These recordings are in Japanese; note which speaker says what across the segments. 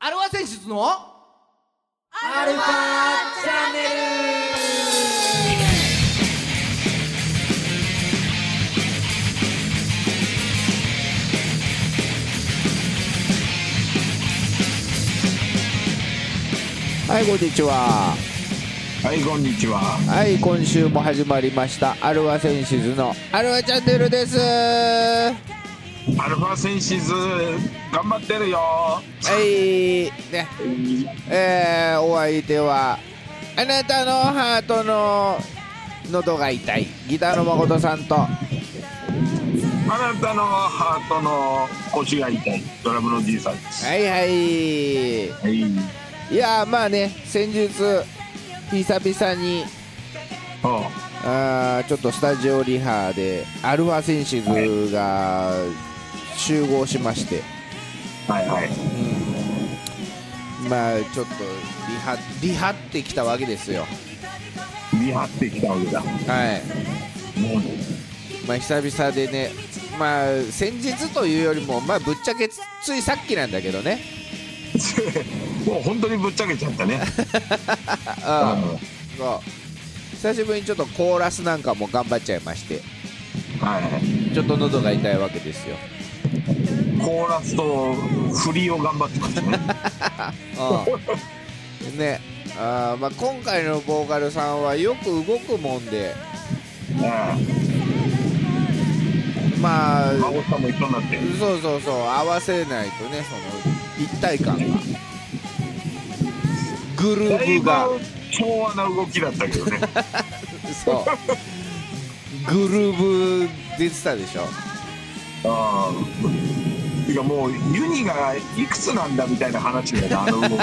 Speaker 1: アルファ選出のアルファチャンネ
Speaker 2: はい、こんにちは。
Speaker 3: はい、こんにちは。
Speaker 2: はい、今週も始まりました。アルワセンシズのアルワチャンネルです。は
Speaker 3: アルファセンシズ、頑張ってるよ。
Speaker 2: い、ね、えー、お相手は。あなたのハートの。喉が痛い、ギターの誠さんと。
Speaker 3: あなたのハートの腰が痛い、ドラムのじいさんです。
Speaker 2: はいはい。い
Speaker 3: はい。
Speaker 2: やー、まあね、先日。久々に。
Speaker 3: おう
Speaker 2: あーちょっとスタジオリハでアルファセンシズが集合しまして、
Speaker 3: はいはい。
Speaker 2: まあちょっとリハリハってきたわけですよ
Speaker 3: 見張ってきたわけだ。も
Speaker 2: はい、
Speaker 3: う
Speaker 2: まあ、久々でねまあ先日というよりもまあぶっちゃけつついさっきなんだけどね
Speaker 3: もう本当にぶっちゃけちゃ ったね。
Speaker 2: ああそう久しぶりにちょっとコーラスなんかも頑張っちゃいまして
Speaker 3: はい。
Speaker 2: ちょっと喉が痛いわけですよ
Speaker 3: コーラスと振りを頑張ってます ね。
Speaker 2: うんねあーまあ、今回のボーカルさんはよく動くもんでまあ
Speaker 3: うん孫さんも一緒になって。
Speaker 2: そうそうそう合わせないとねその一体感がグル
Speaker 3: だい
Speaker 2: ーヴ
Speaker 3: ぶ
Speaker 2: が
Speaker 3: 調和な動きだったけどね。
Speaker 2: そうグルーヴ出てたでしょ
Speaker 3: ああ。てかもうユニがいくつなんだみたいな話だよね、あ の動き。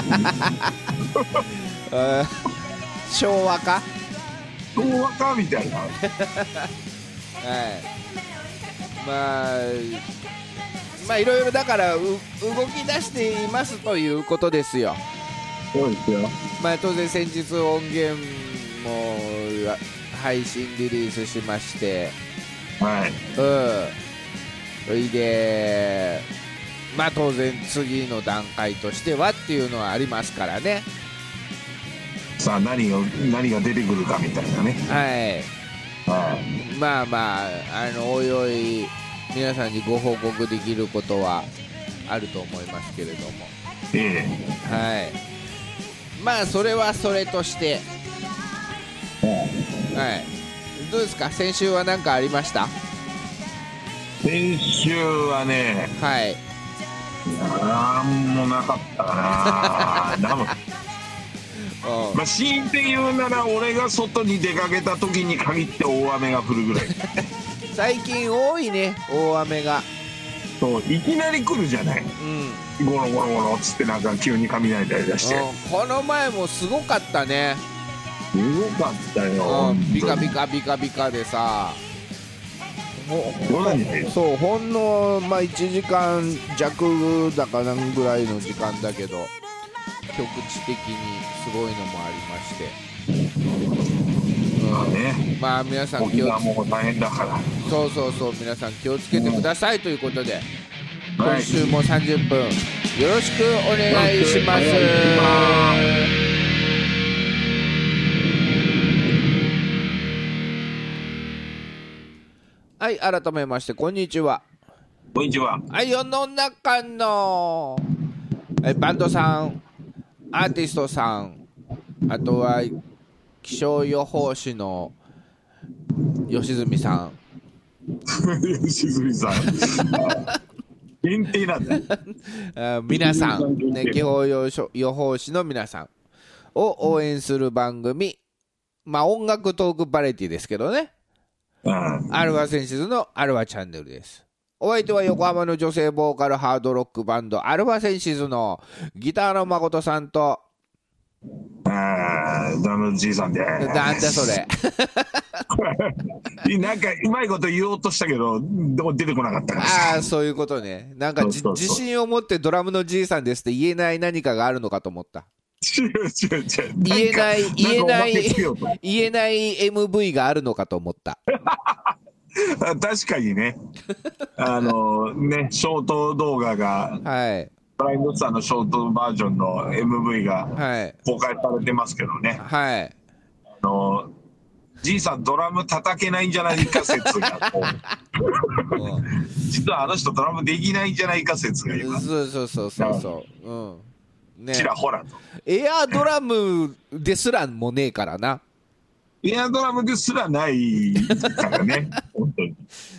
Speaker 2: あー昭和か、は
Speaker 3: 昭和かみたいな。
Speaker 2: い、まあまあいろいろだからう動き出していますということですよ
Speaker 3: そうですよ。
Speaker 2: まあ当然先日音源も配信リリースしまして
Speaker 3: はい。
Speaker 2: うんそれでまあ当然次の段階としてはっていうのはありますからね
Speaker 3: さあ何が何が出てくるかみたいなね。
Speaker 2: はい
Speaker 3: はい。
Speaker 2: まあまああのおいおい皆さんにご報告できることはあると思いますけれども
Speaker 3: え
Speaker 2: はいまあそれはそれとして
Speaker 3: え。
Speaker 2: はいどうですか先週は何かありました
Speaker 3: 先週はね、
Speaker 2: はい
Speaker 3: なんもなかったかな。 なんも
Speaker 2: う
Speaker 3: まあ強いて言うなら俺が外に出かけた時に限って大雨が降るぐらい。
Speaker 2: ん最近多いね大雨が
Speaker 3: そういきなり来るじゃない。
Speaker 2: うん
Speaker 3: ゴロゴロゴロっつってなんか急に雷出り出して。
Speaker 2: うんこの前もすごかったね、
Speaker 3: すごかった
Speaker 2: う
Speaker 3: よ
Speaker 2: ん、。ビカビ。カビカビカでさほ
Speaker 3: どうなんだよ
Speaker 2: そうほんの、まあ、1時間弱だかなんぐらいの時間だけど局地的にすごいのもありまして、
Speaker 3: ね。
Speaker 2: うん、まあ皆さん
Speaker 3: 沖
Speaker 2: 気を
Speaker 3: 縄も大変だか
Speaker 2: つそうそうそう皆さん気をつけてくださいということで
Speaker 3: ら。は
Speaker 2: 今
Speaker 3: い。
Speaker 2: 週も30分よろしくお願いします
Speaker 3: よろしくお願
Speaker 2: はい改めましてこんにちは
Speaker 3: こんにちは。
Speaker 2: はい、世の中のえバンドさん、アーティストさん、あとは気象予報士の吉住さん、
Speaker 3: 吉住さん。限定なんだ。
Speaker 2: あ皆さん、ね、
Speaker 3: うん
Speaker 2: 気象予所予報士の皆さんを応援する番組、まあ、音楽トークバラエティですけどね、
Speaker 3: うん。
Speaker 2: アルファセンシズのアルファチャンネルです。お相手は横浜の女性ボーカルハードロックバンドアルファセンシズのギターの誠さんと
Speaker 3: ああ、ダムじいさんで。
Speaker 2: なんだそれ。
Speaker 3: れ。なんか、うまいこと言おうとしたけど、でも出てこなかったから。
Speaker 2: ああ、そういうことね。なんかじ
Speaker 3: そうそうそ
Speaker 2: 自
Speaker 3: う
Speaker 2: 信を持ってドラムのじいさんですって言えない何かがあるのかと思った。
Speaker 3: 違う違う違う。
Speaker 2: 言えない
Speaker 3: んか
Speaker 2: 言えない
Speaker 3: んかおまけつけようと
Speaker 2: 言えない MV があるのかと思った。
Speaker 3: あ確かにね。あの、ね、ショート動画が、
Speaker 2: はい。
Speaker 3: ブラインドスターのショートバージョンの MV が
Speaker 2: はい
Speaker 3: 公開されてますけどね、
Speaker 2: はい
Speaker 3: あのじいさん、ドラム叩けないんじゃないか説が、 こう実はあの人、ドラムできないんじゃないか説が今、
Speaker 2: そうそうそうそうそううんね
Speaker 3: ちらほらと。
Speaker 2: エアドラムですらもねえからな
Speaker 3: エアドラムですらないから ね、本当に。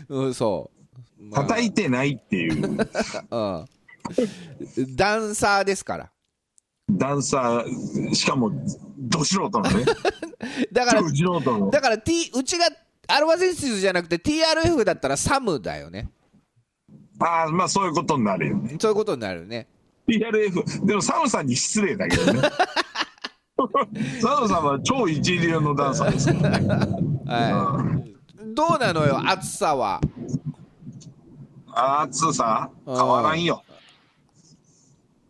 Speaker 2: うんそう、まあ
Speaker 3: 叩いてないっていう、
Speaker 2: うんダンサーですから
Speaker 3: ダンサー、しかも、ど素人 のね、
Speaker 2: だから
Speaker 3: ど素人の。
Speaker 2: だから、T、うちがアルファセンシズじゃなくて TRF だったらサムだよね
Speaker 3: ああ、まあそういうことになるよね。
Speaker 2: そういうことになるね
Speaker 3: PRF、でもサムさんに失礼だ けどね。サムさんは超一流のダンサーですからね。
Speaker 2: はいどうなのよ暑さは
Speaker 3: 暑さ、変わらんよ。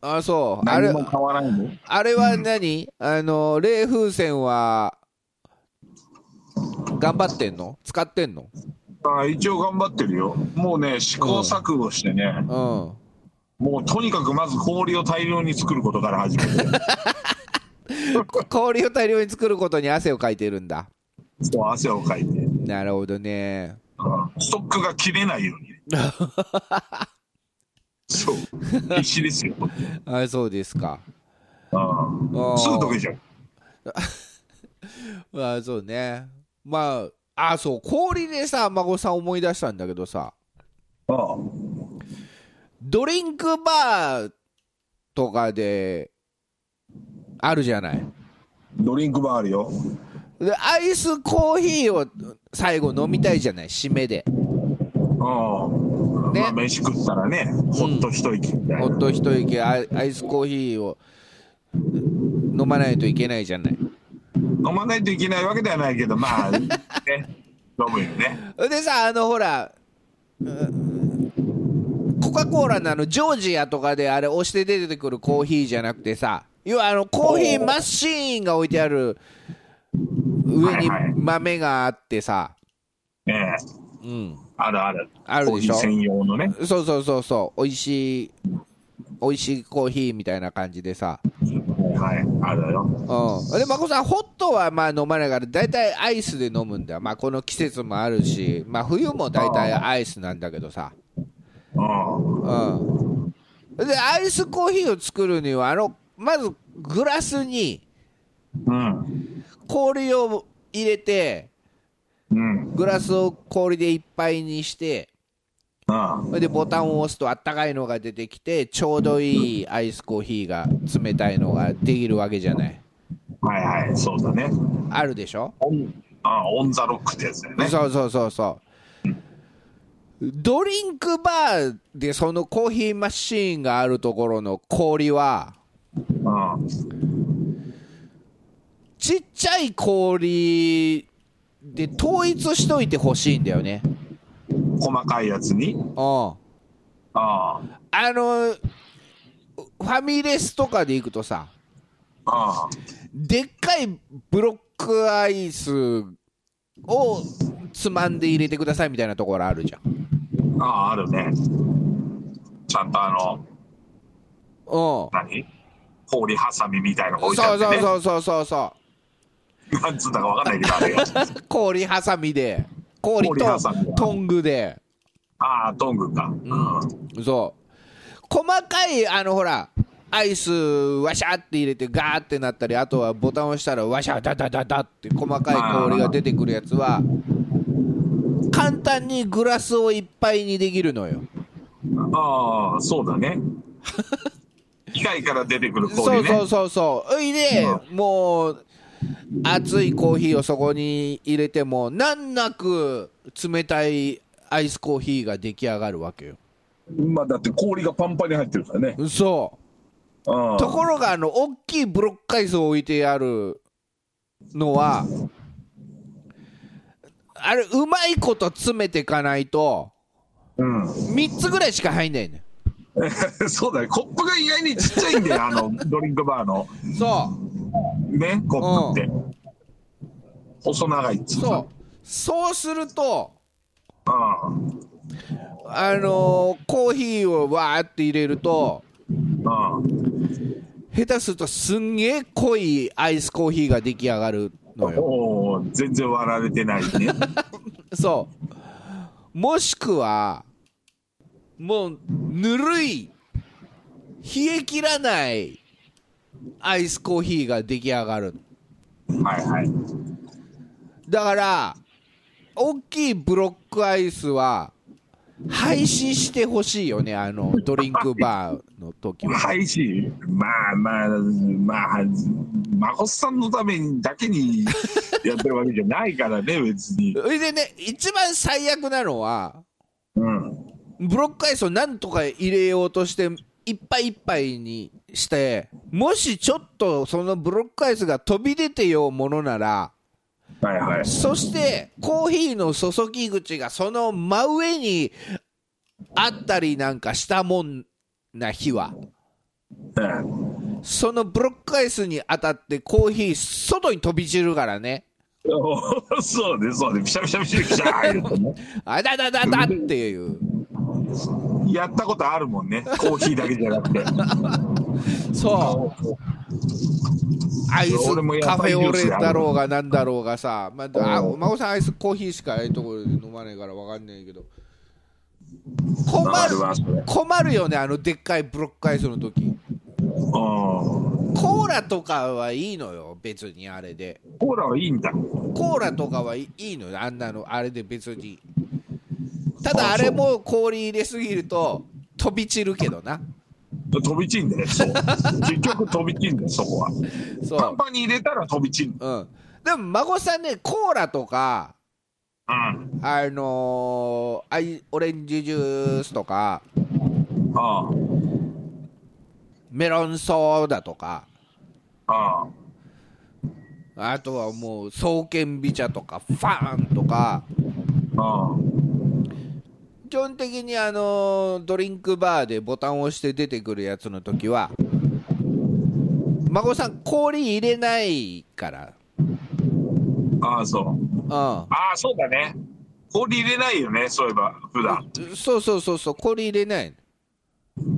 Speaker 2: あそうあれ
Speaker 3: 何も変わらんよ。
Speaker 2: あれは何、あの冷風船は頑張ってんの使ってんの
Speaker 3: あー一応頑張ってるよ。もうね、試行錯誤してね、
Speaker 2: う
Speaker 3: もうとにかくまず氷を大量に作ることから始めて、
Speaker 2: んこ氷を大量に作ることに汗をかいてるんだ
Speaker 3: そう汗をかいて、うん
Speaker 2: なるほどね
Speaker 3: ストックが切れないよ うにね。そう、必死ですよ。うん
Speaker 2: あそうですかあ
Speaker 3: すぐ溶けちゃう。
Speaker 2: あそうねまああそう氷でさ孫さん思い出したんだけどさ
Speaker 3: うん
Speaker 2: ドリンクバーとかであるじゃない
Speaker 3: ドリンクバーあるよ。
Speaker 2: でアイスコーヒーを最後飲みたいじゃない締めで
Speaker 3: うん
Speaker 2: ね
Speaker 3: まあ飯食ったらね、ほっと一息みたいな。
Speaker 2: ほっと一息アイアイスコーヒーを飲まないといけないじゃない
Speaker 3: 飲まないといけないわけではないけど、まあ、ね、飲むよね。
Speaker 2: でさあのほらうんコカ・コーラのあのジョージアとかであれ押して出てくるコーヒーじゃなくてさ要はあのコーヒーマシーンが置いてある上に
Speaker 3: はいはい
Speaker 2: 豆があってさ、
Speaker 3: ええ
Speaker 2: うん、
Speaker 3: あるある。
Speaker 2: あるでしょ
Speaker 3: コーヒー専用のね。
Speaker 2: そうそうそうそう美味しい美味しいコーヒーみたいな感じでさ、
Speaker 3: はい、あるよ。
Speaker 2: うん、で眞子さんホットはまあ飲まないから大体アイスで飲むんだよ、まあ、この季節もあるし、まあ、冬も大体アイスなんだけどさ、
Speaker 3: うん。
Speaker 2: うん、でアイスコーヒーを作るにはあのまずグラスに
Speaker 3: うん。
Speaker 2: 氷を入れて
Speaker 3: うん。
Speaker 2: グラスを氷でいっぱいにして
Speaker 3: うん。
Speaker 2: それでボタンを押すとあったかいのが出てきてちょうどいいアイスコーヒーが冷たいのができるわけじゃない
Speaker 3: はいはい、そうだね。
Speaker 2: あるでしょ
Speaker 3: オン、あ、オンザロックってやつだよね。
Speaker 2: そうそうそうそうドリンクバーでそのコーヒーマシーンがあるところの氷は
Speaker 3: うん。
Speaker 2: ちっちゃい氷で統一しといてほしいんだよね
Speaker 3: 細かいやつに。
Speaker 2: うんあ
Speaker 3: あ
Speaker 2: のファミレスとかで行くとさ
Speaker 3: あ。あ
Speaker 2: でっかいブロックアイスをつまんで入れてくださいみたいなところあるじゃん
Speaker 3: あ。ああ、あるね。ちゃんとあ
Speaker 2: うん
Speaker 3: の、何氷ハサミみたいなの
Speaker 2: そ
Speaker 3: 置
Speaker 2: う
Speaker 3: いてあ
Speaker 2: そ
Speaker 3: って、ね。
Speaker 2: うそうそうそう
Speaker 3: なんつうんだかわかんないけど、あ れが。
Speaker 2: 氷ハサミで氷
Speaker 3: 氷
Speaker 2: と
Speaker 3: ハサミ
Speaker 2: トングで
Speaker 3: ああ、トングか。うん。
Speaker 2: そう細かいあのほらアイスワシャって入れてガーってなったりあとはボタンを押したらワシャダダダダって細かい氷が出てくるやつは簡単にグラスをいっぱいにできるのよ
Speaker 3: ああ、そうだね。機械から出てくる
Speaker 2: そ
Speaker 3: 氷
Speaker 2: う
Speaker 3: ね。
Speaker 2: そうそうそうおいでもう熱いコーヒーをそこに入れても難なく冷たいアイスコーヒーが出来上がるわけよ
Speaker 3: まあ、だって氷がパンパンに入ってるからね。
Speaker 2: 嘘
Speaker 3: うん。
Speaker 2: ところがあの大きいブロックアイスを置いてあるのはあれうまいこと詰めていかないと
Speaker 3: うん。
Speaker 2: 3つぐらいしか入んないね
Speaker 3: そうだね。コップが意外にちっちゃいんだよ、あ の、ドリンクバーの。
Speaker 2: そ
Speaker 3: ね、コップって。細長いっ
Speaker 2: う
Speaker 3: つう
Speaker 2: そう
Speaker 3: の。
Speaker 2: そうすると
Speaker 3: うん。
Speaker 2: あのーコーヒーをわーって入れると
Speaker 3: うん。うん
Speaker 2: 下手するとすんげえ濃いアイスコーヒーが出来上がるのよ
Speaker 3: おお全然割られてない ね
Speaker 2: そうもしくはもうぬるい冷え切らないアイスコーヒーが出来上がる
Speaker 3: はいはい
Speaker 2: だから大きいブロックアイスは廃止してほしいよねあのドリンクバーの時は
Speaker 3: 配信まあまあまあ孫さんのためにだけにやってるわけじゃないから ね別に
Speaker 2: それでね一番最悪なのは
Speaker 3: うん
Speaker 2: ブロックアイスをなんとか入れようとしていっぱいいっぱいにしてもしちょっとそのブロックアイスが飛び出てようものなら
Speaker 3: はいはい
Speaker 2: そしてコーヒーの注ぎ口がその真上にあったりなんかしたもんな日は
Speaker 3: うん
Speaker 2: そのブロックアイスに当たってコーヒー外に飛び散るからね
Speaker 3: おそうねそうねピシャピシャピシャピシャ言うてね
Speaker 2: あだだだだっていう
Speaker 3: やったことあるもんねコーヒーだけじゃなく て
Speaker 2: そうアイス
Speaker 3: 俺も
Speaker 2: カ
Speaker 3: や
Speaker 2: フ
Speaker 3: ばい
Speaker 2: ェ
Speaker 3: ニュ
Speaker 2: オ
Speaker 3: ース
Speaker 2: レ
Speaker 3: やる
Speaker 2: だろうがなんだろうがさ、まあ、あ
Speaker 3: うん
Speaker 2: 孫さんアイスコーヒーしかああいうところで飲まないからわかんないけど困
Speaker 3: わかるわそれ
Speaker 2: る困るよねあのでっかいブロックアイスの時
Speaker 3: うんコ
Speaker 2: コーラとかはいいのよ別にあれで
Speaker 3: ーラはいいんだ
Speaker 2: コーラとかはいいいのよあんなのあれで別にただあれも氷入れすぎると飛び散るけどな
Speaker 3: 飛び散 んだよそう結局飛び散んだよそこは
Speaker 2: そ
Speaker 3: パン
Speaker 2: う
Speaker 3: パンに入れたら飛び散る
Speaker 2: うんでも孫さんねコーラとか
Speaker 3: うん
Speaker 2: あのーアイオレンジジュースとか
Speaker 3: あ
Speaker 2: メロンソーダとか
Speaker 3: あああ
Speaker 2: あとはもう双剣美茶とかファーンとか
Speaker 3: ああ
Speaker 2: 基本的にあのードリンクバーでボタンを押して出てくるやつの時は孫さん氷入れないから
Speaker 3: ああそう
Speaker 2: う
Speaker 3: ああそうだね氷入れないよねそういえば普段
Speaker 2: んそうそうそうそう氷入れない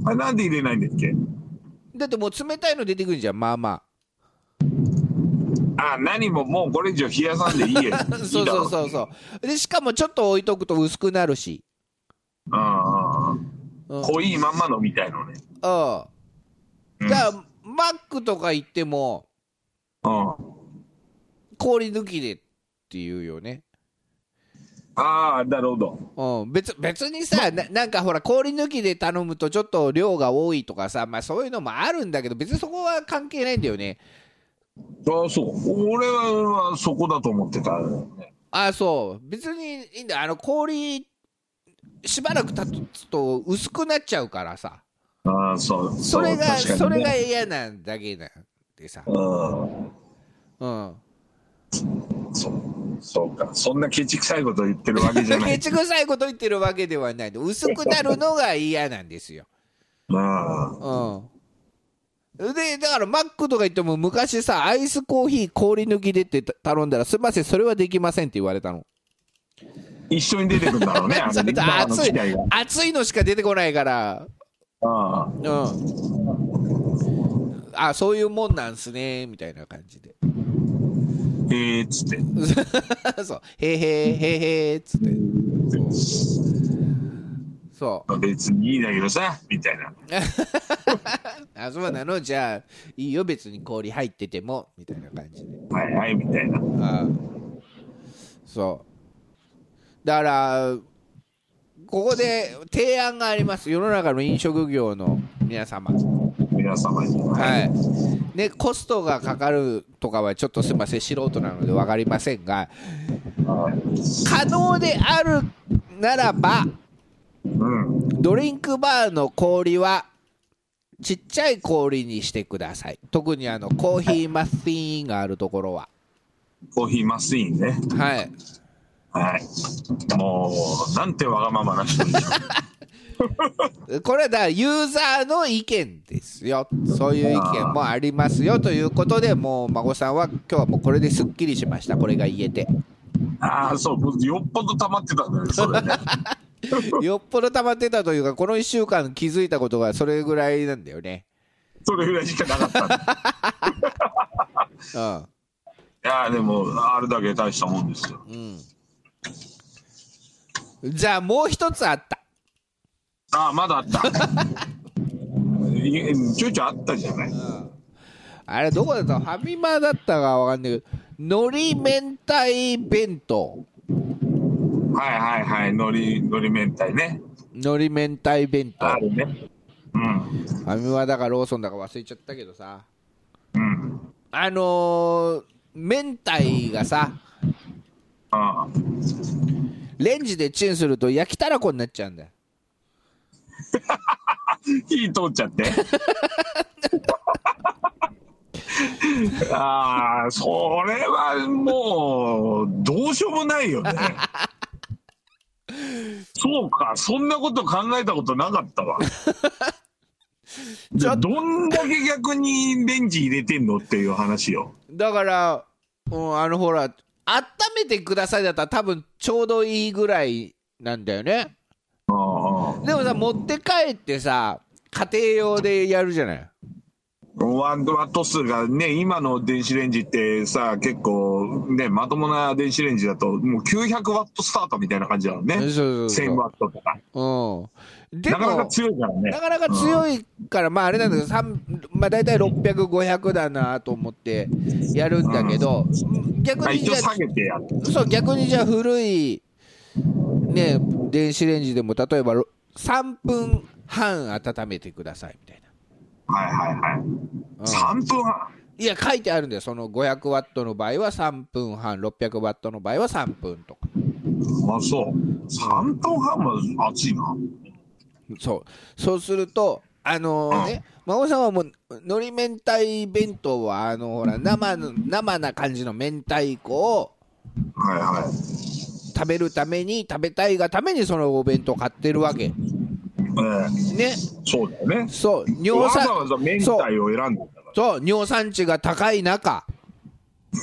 Speaker 3: あなんで入れないんだっけ
Speaker 2: だってもう冷たいの出てくるじゃんまあま
Speaker 3: ああ何ももうこれ以上冷やさん でいいよ
Speaker 2: あそうそう
Speaker 3: う
Speaker 2: そうそうでしかもちょっと置いとくと薄くなるし
Speaker 3: ああ
Speaker 2: うん
Speaker 3: 濃いまんまのみたいのね
Speaker 2: うん
Speaker 3: うん
Speaker 2: だからマックとか行っても
Speaker 3: うん
Speaker 2: 氷抜きでっていうよね、
Speaker 3: ああなるほど
Speaker 2: うん、別別にさななんかほら氷抜きで頼むとちょっと量が多いとかさ、まあ、そういうのもあるんだけど別にそこは関係ないんだよね
Speaker 3: ああそう俺はそこだと思ってたね
Speaker 2: ああそう別にいいんだあの氷しばらく経つと薄くなっちゃうからさ
Speaker 3: ああそう
Speaker 2: それが
Speaker 3: う
Speaker 2: そ,、
Speaker 3: 確か
Speaker 2: れ
Speaker 3: に
Speaker 2: が
Speaker 3: ね
Speaker 2: 嫌なんだけなんでさ、
Speaker 3: う
Speaker 2: うん、
Speaker 3: んそうそうかそんなケチくさいこと言ってるわけじゃな
Speaker 2: ケ
Speaker 3: い
Speaker 2: チくさいこと言ってるわけではない薄くなるのが嫌なんですよ
Speaker 3: まあ
Speaker 2: うん。で、だからマックとか行っても昔さ、アイスコーヒー氷抜きでって頼んだら、すみません、それはできませんって言われたの。
Speaker 3: 一緒に出てくるんだろう ねあ
Speaker 2: そ
Speaker 3: の
Speaker 2: れ
Speaker 3: リ
Speaker 2: と
Speaker 3: ッパーの
Speaker 2: 熱い
Speaker 3: 機械が、
Speaker 2: 熱いのしか出てこないから、
Speaker 3: ああ
Speaker 2: うん。あ、そういうもんなんすね、みたいな感じで。
Speaker 3: ええっつって
Speaker 2: そう、へーへーへーへーっつって。そ
Speaker 3: 別にいいんだけどさみたいな
Speaker 2: う。あ、そうなのじゃあ、いいよ、別に氷入ってても、みたいな感じで。
Speaker 3: はいはいみたいな
Speaker 2: うんそうだからここで提案があります世の中の飲食業の皆様
Speaker 3: 皆様に
Speaker 2: はいねコストがかかるとかはちょっとすいません素人なので分かりませんが
Speaker 3: はい
Speaker 2: 可能であるならば
Speaker 3: うん
Speaker 2: ドリンクバーの氷はちっちゃい氷にしてください特にあのコーヒーマスティーンがあるところは
Speaker 3: コーヒーマスインね
Speaker 2: はい
Speaker 3: はいもうなんてわがままな 人でしょ
Speaker 2: これはだからユーザーの意見ですよ、そういう意見もありますよということで、もう孫さんは今日はもうこれですっきりしました、これが言えて。
Speaker 3: ああそうよっぽど溜まってたんだよねそれ ね
Speaker 2: よっぽど溜まってたというか、この1週間気づいたことがそれぐらいなんだよね。
Speaker 3: それぐらいしかなかったんで
Speaker 2: うん
Speaker 3: いやーでもあれだけ大したもんですよ
Speaker 2: うん、じゃあもう一つあった
Speaker 3: ああまだあったいちょいちょいあったじゃない
Speaker 2: あれどこだったファミマだったかわかんないけど海苔明太弁当
Speaker 3: はいはいはい、のり、のり明太ね。
Speaker 2: 海苔明太弁当
Speaker 3: あるね。うん。
Speaker 2: ファミマだかローソンだか忘れちゃったけどさ
Speaker 3: うん。
Speaker 2: あのー、明太がさ
Speaker 3: ああ。
Speaker 2: レンジでチンすると焼きたらこになっちゃうんだよ
Speaker 3: 火通っちゃって。ああ、それはもう、どうしようもないよね。そうか、そんなこと考えたことなかったわ。じゃあ、どんだけ逆にレンジ入れてんのっていう話よ。
Speaker 2: だから、うん、あのほら温めてくださいだったら多分ちょうどいいぐらいなんだよね
Speaker 3: ああああ
Speaker 2: でもさ持って帰ってさ家庭用でやるじゃない
Speaker 3: ワンワット数がね、今の電子レンジってさ、結構ね、まともな電子レンジだと、もう900ワットスタートみたいな感じだもんね。
Speaker 2: そうそうそう
Speaker 3: 1000ワットとか。
Speaker 2: うん、で
Speaker 3: な
Speaker 2: も
Speaker 3: かなか強いからね。
Speaker 2: なかなか強いから、まああれなんだけど、さんまあ、大体600、500だなと思ってやるんだけど、逆
Speaker 3: まあ
Speaker 2: に
Speaker 3: 一
Speaker 2: じ
Speaker 3: 応
Speaker 2: ゃ
Speaker 3: 下げてやる。
Speaker 2: あそう逆にじゃあ古い、ね、電子レンジでも例えばろ3分半温めてくださいみたい
Speaker 3: はいはいはい。
Speaker 2: な、うん
Speaker 3: 3分半。
Speaker 2: いや書いてあるんだよその500ワットの場合は3分半600ワットの場合は3分とか
Speaker 3: あ、そう。3分半は熱いな。
Speaker 2: そうそうするとあのね孫さんはもうのり明太弁当はあのほら生の生な感じの明太子を
Speaker 3: はいは
Speaker 2: 食べるために食べたいがためにそのお弁当買ってるわけ
Speaker 3: い。え
Speaker 2: ね
Speaker 3: えそうだよね。
Speaker 2: そう尿
Speaker 3: わ
Speaker 2: 酸
Speaker 3: ざわざ明太を
Speaker 2: そう
Speaker 3: 選んだんだか
Speaker 2: そう尿酸値が高い中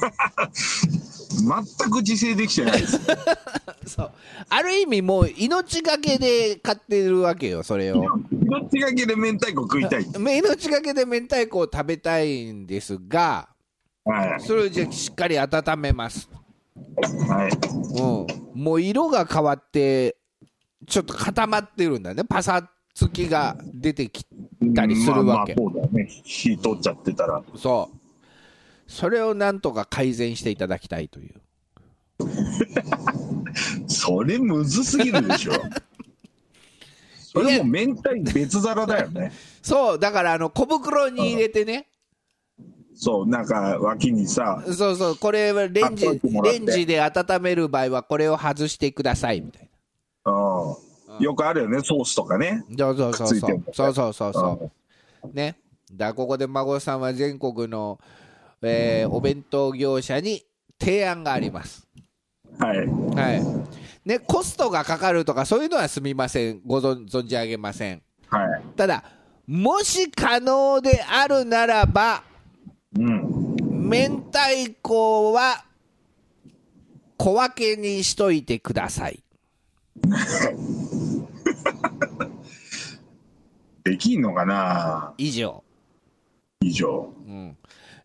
Speaker 3: ら。全く自制できてないです。
Speaker 2: そうある意味もう命がけで買ってるわけよそれを
Speaker 3: どっちがけで明太子食いたい。
Speaker 2: 命がけで明太子を食べたいんですが
Speaker 3: はい。
Speaker 2: それをじゃあしっかり温めます
Speaker 3: はい。
Speaker 2: うん、もう色が変わってちょっと固まってるんだねパサつきが出てきたりするわけ、
Speaker 3: まあ、まあそうだよね火取っちゃってたら
Speaker 2: そうそれをなんとか改善していただきたいという
Speaker 3: それむずすぎる でしょそれもう明太別皿だ よね
Speaker 2: そうだからあの小袋に入れてね
Speaker 3: そうなんか脇にさ
Speaker 2: そうそうこれはレンジ
Speaker 3: あそうもらっ
Speaker 2: レ
Speaker 3: て
Speaker 2: ンジで温める場合はこれを外してくださいみたい
Speaker 3: うんよくあるよねソースとかね
Speaker 2: なそうそうそうそ
Speaker 3: くっついてる
Speaker 2: うそうそうそうそう
Speaker 3: うん
Speaker 2: ねだからここで孫さんは全国の、えーお弁当業者に提案があります
Speaker 3: はい
Speaker 2: はいね、コストがかかるとかそういうのはすみませんご存存じ上げません
Speaker 3: はい
Speaker 2: ただもし可能であるならば
Speaker 3: うん
Speaker 2: 明太子は小分けにしといてください
Speaker 3: できんのかな
Speaker 2: 以上、
Speaker 3: 以上
Speaker 2: うん、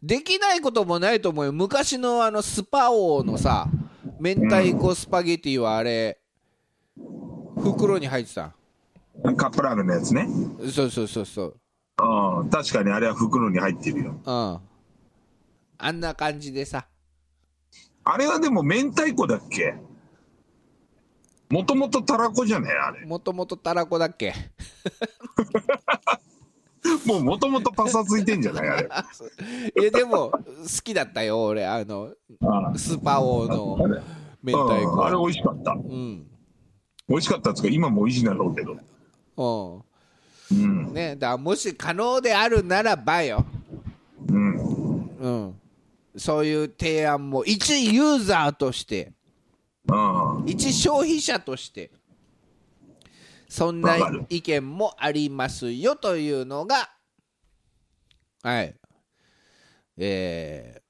Speaker 2: できないこともないと思うよ昔のあのスパ王のさ明太子スパゲティはあれ袋に入ってた
Speaker 3: カップラーメンのやつね
Speaker 2: そうそうそうそう
Speaker 3: うん確かにあれは袋に入ってるよ
Speaker 2: うんあんな感じでさ
Speaker 3: あれはでも明太子だっけもともとたらこじゃねえあれ
Speaker 2: もともとたらこだっけ
Speaker 3: もうもともとパサついてんじゃないあ れ
Speaker 2: いやでも好きだったよ俺あの
Speaker 3: あ
Speaker 2: スパ王の
Speaker 3: あれ
Speaker 2: 明太
Speaker 3: うんあれ美
Speaker 2: 子
Speaker 3: 味しかった
Speaker 2: うん
Speaker 3: 美味しかったっつうか今も美味しいんだろうけど
Speaker 2: う
Speaker 3: うん
Speaker 2: んねだからもし可能であるならばよ
Speaker 3: うん
Speaker 2: うんそういう提案も一ユーザーとして
Speaker 3: うん
Speaker 2: 一消費者としてそんな
Speaker 3: わかる
Speaker 2: 意見もありますよというのがはいえ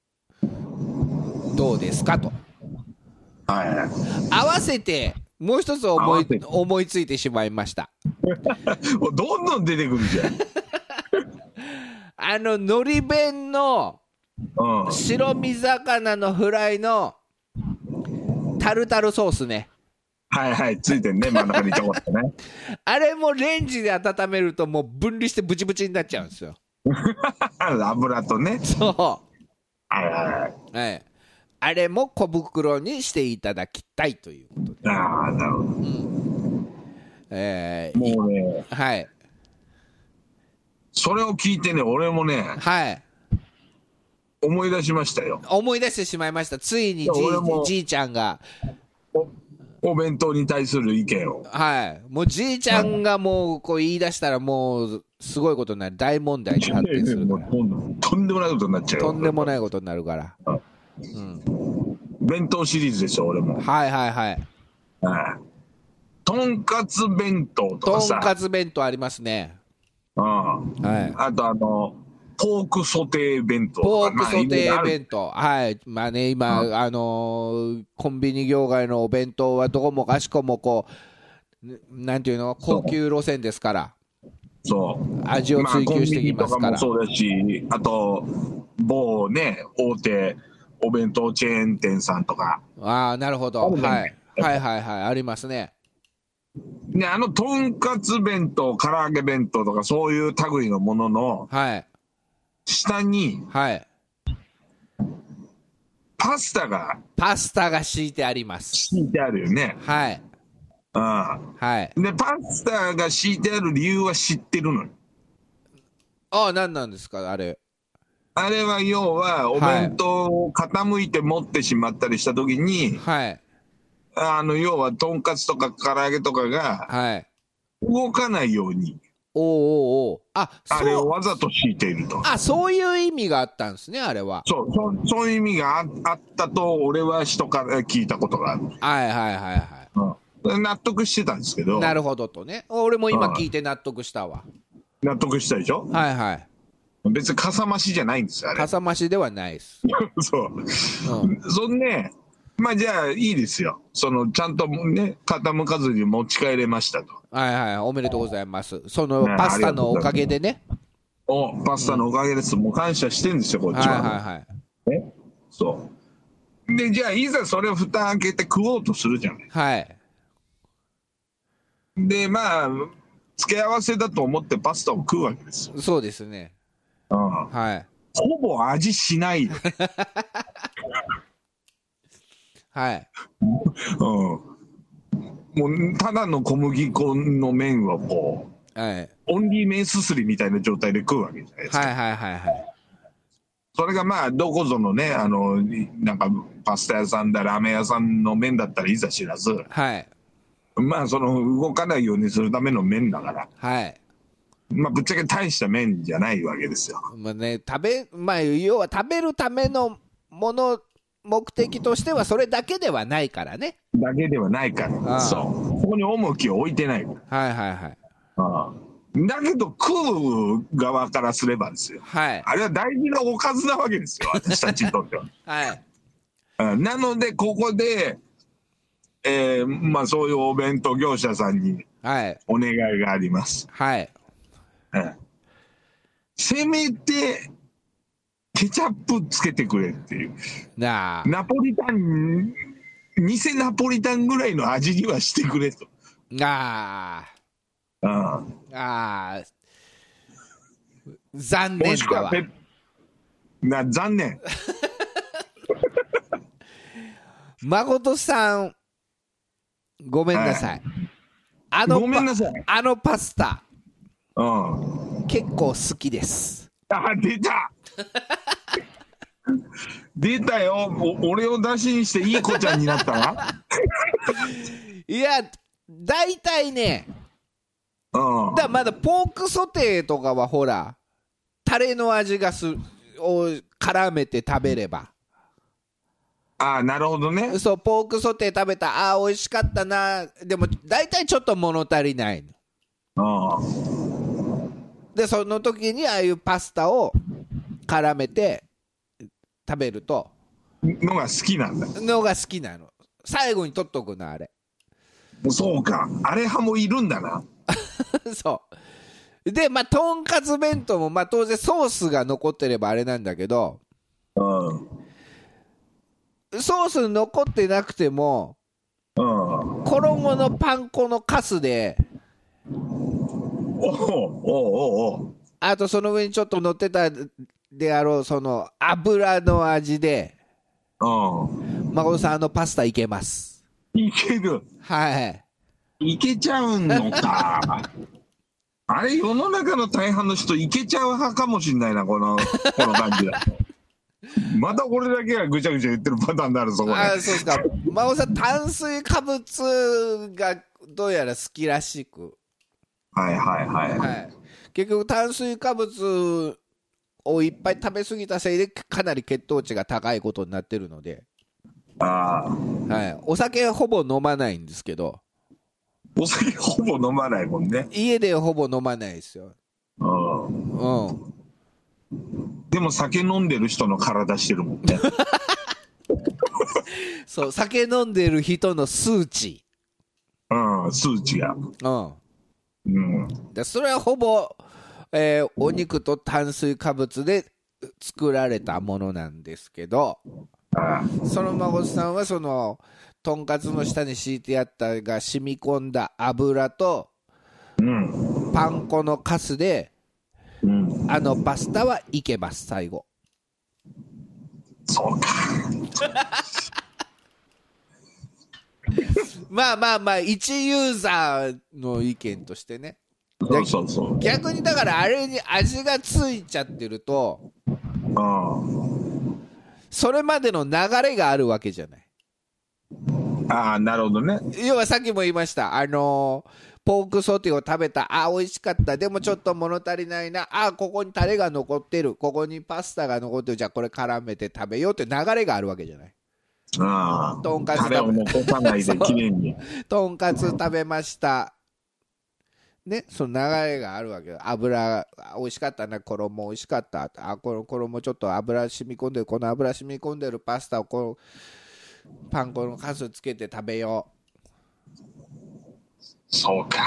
Speaker 2: ー、どうですかと
Speaker 3: はい
Speaker 2: 合わせてもう一つ思
Speaker 3: 合わせ
Speaker 2: い
Speaker 3: て
Speaker 2: 思いついてしまいました
Speaker 3: もうどんどん出てくるじゃん
Speaker 2: あののり弁の
Speaker 3: うん。
Speaker 2: 白身魚のフライのタルタルソースね
Speaker 3: はいはい、ついてんね、真ん中にちょこっとね。
Speaker 2: あれもレンジで温めるともう分離してブチブチになっちゃうんですよ
Speaker 3: 油とね。
Speaker 2: そ
Speaker 3: はいはいはい。
Speaker 2: う、はい、あれも小袋にしていただきたいということで、
Speaker 3: ああ、なるほど。
Speaker 2: えーい
Speaker 3: もうね、
Speaker 2: はい
Speaker 3: それを聞いてね、俺もね、
Speaker 2: はい
Speaker 3: 思い出しましたよ。
Speaker 2: 思い出してしまいましたついにじい
Speaker 3: 俺も
Speaker 2: じいちゃんが
Speaker 3: お弁当に対する意見を。
Speaker 2: はいもうじいちゃんがもうこう言い出したらもうすごいことになる大問題に発展する
Speaker 3: も
Speaker 2: から
Speaker 3: うとんとんでもないことになっちゃうよ
Speaker 2: とんでもないことになるから
Speaker 3: 弁当シリーズでしょ、俺も。
Speaker 2: はいはいはい
Speaker 3: はいとんかつ弁当と
Speaker 2: と
Speaker 3: か
Speaker 2: ん
Speaker 3: さ。
Speaker 2: かつ弁当ありますね
Speaker 3: うん。
Speaker 2: はい
Speaker 3: あとあの、ポークソテー弁当
Speaker 2: ポ
Speaker 3: とか。
Speaker 2: ークソテ
Speaker 3: まあ
Speaker 2: ー弁当はいまあね今あのーコンビニ業界のお弁当はどこもかしこもこうなんていうの高級路線ですから
Speaker 3: そう。
Speaker 2: 味を追求していきますから
Speaker 3: まあ、コンビニとかもそうだし、あと、某ね、大手お弁当チェーン店さんとか。
Speaker 2: ああなるほど、
Speaker 3: あるね
Speaker 2: はい、はいはいはいありますね
Speaker 3: ね、あの、とんかつ弁当、唐揚げ弁当とか、そういう類のものの、
Speaker 2: はい
Speaker 3: 下に
Speaker 2: はい
Speaker 3: パスタが
Speaker 2: パスタが敷いてあります
Speaker 3: 敷いてあるよね。
Speaker 2: はい
Speaker 3: うん。
Speaker 2: はい
Speaker 3: で、パスタが敷いてある理由は知ってるのよ。
Speaker 2: ああ何なんですかあれ
Speaker 3: あれは要は、お弁当を傾いて持ってしまったりした時に、
Speaker 2: はい
Speaker 3: あの、要は、とんかつとか唐揚げとかが
Speaker 2: はい
Speaker 3: 動かないように、
Speaker 2: おうおうおうあ
Speaker 3: あれ
Speaker 2: そ
Speaker 3: を
Speaker 2: う
Speaker 3: わざと敷いていると。
Speaker 2: あそういう意味があったんですねあれは
Speaker 3: そう、そうそういう意味がああったと、俺は人から聞いたことがある。
Speaker 2: はいはいはいは
Speaker 3: うん、納得してたんですけど
Speaker 2: い、なるほどとね俺も今
Speaker 3: うん
Speaker 2: 聞いて納得したわ
Speaker 3: 納得したでしょ
Speaker 2: はいはい
Speaker 3: 別にかさ増しじゃないんですよ、あれ
Speaker 2: か。さ増しではないです、
Speaker 3: そう。
Speaker 2: うん、
Speaker 3: そんで、まあじゃあいいですよ。その、ちゃんとね、傾かずに持ち帰れましたと。
Speaker 2: はいはいおめでとうございますその
Speaker 3: ね
Speaker 2: パスタのおかげでね
Speaker 3: お、パスタのおかげです。もう感謝してんですよ、こっ
Speaker 2: はい
Speaker 3: ち
Speaker 2: は
Speaker 3: は。
Speaker 2: いはい
Speaker 3: そう。で、じゃあいざそれを蓋開けて食おうとするじゃない。
Speaker 2: はい
Speaker 3: で、まあ、付け合わせだと思ってパスタを食うわけですよ。
Speaker 2: そうですね
Speaker 3: うん。
Speaker 2: はい
Speaker 3: ほぼ味しない。うん。
Speaker 2: はい
Speaker 3: もう、ただの小麦粉の麺をこう、
Speaker 2: はいはい
Speaker 3: オンリー麺すすりみたいな状態で食うわけじゃないですか。
Speaker 2: はいはいはい
Speaker 3: それがまあ、どこぞのね、あの、なんか、パスタ屋さんだ、ラーメン屋さんの麺だったらいざ知らず、
Speaker 2: はい
Speaker 3: まあ、その、動かないようにするための麺だから、
Speaker 2: はい
Speaker 3: まあ、ぶっちゃけ大した麺じゃないわけですよ。
Speaker 2: まあね食べまあ要は食べるためのもの目的としてはそれだけではないからね
Speaker 3: だけではないか
Speaker 2: ああ
Speaker 3: ら、そう。ここに重きを置いてないか
Speaker 2: はいはいはい
Speaker 3: ら。ああだけど、食う側からすればですよ。
Speaker 2: はい
Speaker 3: あれは大事なおかずなわけですよ、私たちにとっては。
Speaker 2: はい
Speaker 3: ああなので、ここで、えーまあ、そういうお弁当業者さんに
Speaker 2: はい
Speaker 3: お願いがあります。
Speaker 2: はい
Speaker 3: うんせめて、ケチャップつけてくれっていう。
Speaker 2: なあ
Speaker 3: ナポリタン、偽ナポリタンぐらいの味にはしてくれと。
Speaker 2: なあ
Speaker 3: うん
Speaker 2: ああ残
Speaker 3: も
Speaker 2: 念
Speaker 3: しく
Speaker 2: だ
Speaker 3: は
Speaker 2: わ
Speaker 3: ペッな、残念。
Speaker 2: 誠さんごめんなさい、あのパ
Speaker 3: ごめんなさい
Speaker 2: あのパスタ
Speaker 3: うん。
Speaker 2: 結構好きです
Speaker 3: あ、出た出たよ。お俺を出しにしていい子ちゃんになったな。
Speaker 2: いや大体ね
Speaker 3: うん。
Speaker 2: だからまだポークソテーとかはほらタレの味がすを絡めて食べれば
Speaker 3: あ、なるほどね。
Speaker 2: そうポークソテー食べたあー美味しかったなでも大体ちょっと物足りないの
Speaker 3: うん。
Speaker 2: でその時にああいうパスタを絡めて食べると
Speaker 3: のが好きなんだ。
Speaker 2: のが好きなの最後に取っとくのあれ
Speaker 3: そうか。あれ派もいるんだな。
Speaker 2: そで、まあ、とんかつ弁当も、まあ、当然ソースが残ってればあれなんだけど、
Speaker 3: うん。
Speaker 2: ソース残ってなくても、
Speaker 3: うん。
Speaker 2: 衣のパン粉のカスで、
Speaker 3: おおおお
Speaker 2: あとその上にちょっと乗ってたであろう、その油の味で、
Speaker 3: おう。うん。
Speaker 2: 誠さん、あのパスタいけます。
Speaker 3: いける。
Speaker 2: はい。
Speaker 3: いけちゃうのか。あれ、世の中の大半の人、いけちゃう派かもしんないな、この、この感じだと。また俺だけがぐちゃぐちゃ言ってるパターンになるぞ、これ。
Speaker 2: あそうですか。孫さん、炭水化物がどうやら好きらしく。
Speaker 3: はいはいは
Speaker 2: はい。結局、炭水化物をいっぱい食べ過ぎたせいで、かなり血糖値が高いことになってるので、
Speaker 3: い。ああ。
Speaker 2: はい。お酒ほぼ飲まないんですけど、
Speaker 3: お酒ほぼ飲まないもんね。
Speaker 2: 家でほぼ飲まないですよ。
Speaker 3: うん。
Speaker 2: うん。
Speaker 3: でも酒飲んでる人の体してるもんね。
Speaker 2: そう、酒飲んでる人の数値。
Speaker 3: うん、数値が。
Speaker 2: うん。
Speaker 3: うん。
Speaker 2: でそれはほぼ、えーお肉と炭水化物で作られたものなんですけど
Speaker 3: あ
Speaker 2: その孫さんはそのとんかつの下に敷いてあったが染み込んだ油と
Speaker 3: うん。
Speaker 2: パン粉のカスで
Speaker 3: うん。
Speaker 2: あのパスタはいけます最後
Speaker 3: そうか。
Speaker 2: まあまあまあ一ユーザーの意見としてね
Speaker 3: そうそうそう。
Speaker 2: 逆にだからあれに味がついちゃってると
Speaker 3: うん。
Speaker 2: それまでの流れがあるわけじゃない
Speaker 3: ああ、なるほどね。
Speaker 2: 要はさっきも言いました、あのーポークソテーを食べた、あー、美味しかった、でもちょっと物足りないな、あー、ここにタレが残ってる、ここにパスタが残ってる、じゃあこれ絡めて食べようって流れがあるわけじゃない。
Speaker 3: ああ。
Speaker 2: とんかつ
Speaker 3: タレを残さないで、きれいに。
Speaker 2: とんかつ食べました。ね、その流れがあるわけよ油あ美味しかったな衣美味しかったあこの衣ちょっと油染み込んでるこの油染み込んでるパスタをこのパン粉のカスつけて食べよ
Speaker 3: そうか。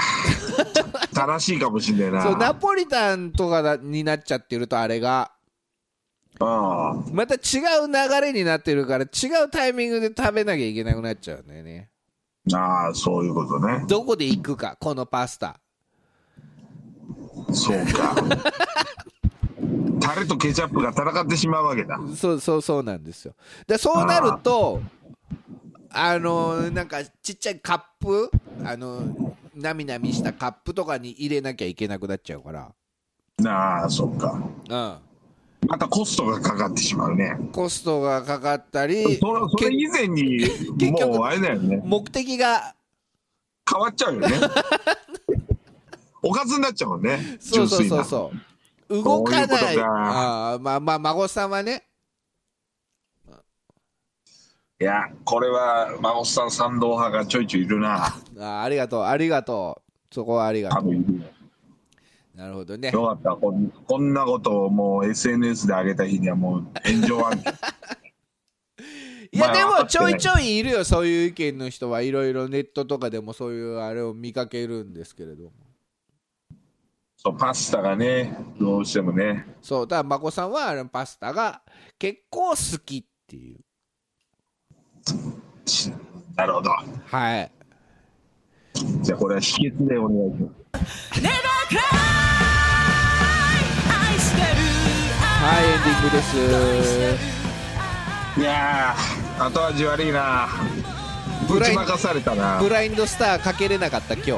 Speaker 3: 正しいかもしれ
Speaker 2: う
Speaker 3: ない
Speaker 2: そうナ
Speaker 3: な。
Speaker 2: ポリタンとかだになっちゃってるとあれが
Speaker 3: ああ。
Speaker 2: また違う流れになってるから違うタイミングで食べなきゃいけなくなっちゃうんだよね
Speaker 3: ああ、そういうことね。
Speaker 2: どこで行くかこのパスタ
Speaker 3: そうか。タレとケチャップが戦ってしまうわけだ。
Speaker 2: そうそうそうなんですよでそうなるとあのなんかちっちゃいカップあのなみなみしたカップとかに入れなきゃいけなくなっちゃうから
Speaker 3: ああ、そっか。
Speaker 2: う
Speaker 3: またコストがかかってしまうね。
Speaker 2: んコストがかかったり
Speaker 3: それそれ以前に
Speaker 2: 結局
Speaker 3: もうあれだよね
Speaker 2: 目的が
Speaker 3: 変わっちゃうよ ねおかずになっちゃうもんね
Speaker 2: そうそう
Speaker 3: 純粋
Speaker 2: そう
Speaker 3: な
Speaker 2: そう動か
Speaker 3: こう
Speaker 2: ないいう
Speaker 3: ことか
Speaker 2: ああまあまあ孫さんはね
Speaker 3: いやこれは真帆さん賛同派がちょいちょいいる な
Speaker 2: あありがとうありがとうそこはありがと
Speaker 3: 多分いる
Speaker 2: うなるほどね
Speaker 3: よかったこんこんなことをもう SNS で上げた日にはもう炎上 案件
Speaker 2: いや
Speaker 3: まあ
Speaker 2: で
Speaker 3: 分か
Speaker 2: も
Speaker 3: って
Speaker 2: ち
Speaker 3: な
Speaker 2: ょ
Speaker 3: い
Speaker 2: いちょいいるよそういう意見の人はいろいろネットとかでもそういうあれを見かけるんですけれども
Speaker 3: そうパスタがねどうしてもね
Speaker 2: そうだから眞子さんはあのパスタが結構好きっていう
Speaker 3: しなるほど
Speaker 2: はい
Speaker 3: じゃあこれは秘訣でお願いします
Speaker 1: 愛してる
Speaker 2: はいエンディングです
Speaker 3: いやー後味悪いな
Speaker 2: ブ
Speaker 3: ぶ
Speaker 2: ライ
Speaker 3: ち
Speaker 2: ン
Speaker 3: まかされたな
Speaker 2: ブラインドスターかけれなかった今日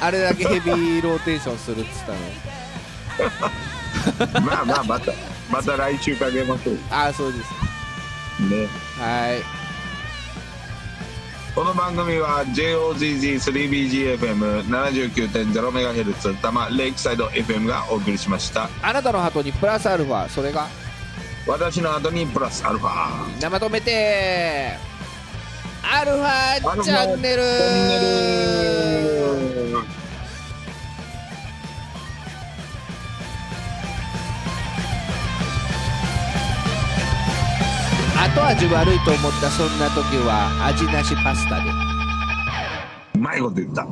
Speaker 2: あれだけヘビーローテーションするっつったの
Speaker 3: まあまあまたまた来週かけましょう
Speaker 2: ああそうです
Speaker 3: ね
Speaker 2: はい
Speaker 3: この番組は JOZZ3BGFM79.0MHz 多摩レイクサイド FM がお送りしました
Speaker 2: あなたのハートにプラスアルファそれが
Speaker 3: 私の後にプラスアルファ
Speaker 2: 生止めてアルファチャンネル
Speaker 3: チャンネル
Speaker 2: 後味悪いと思ったそんな時は味なしパスタで
Speaker 3: うまいこと言った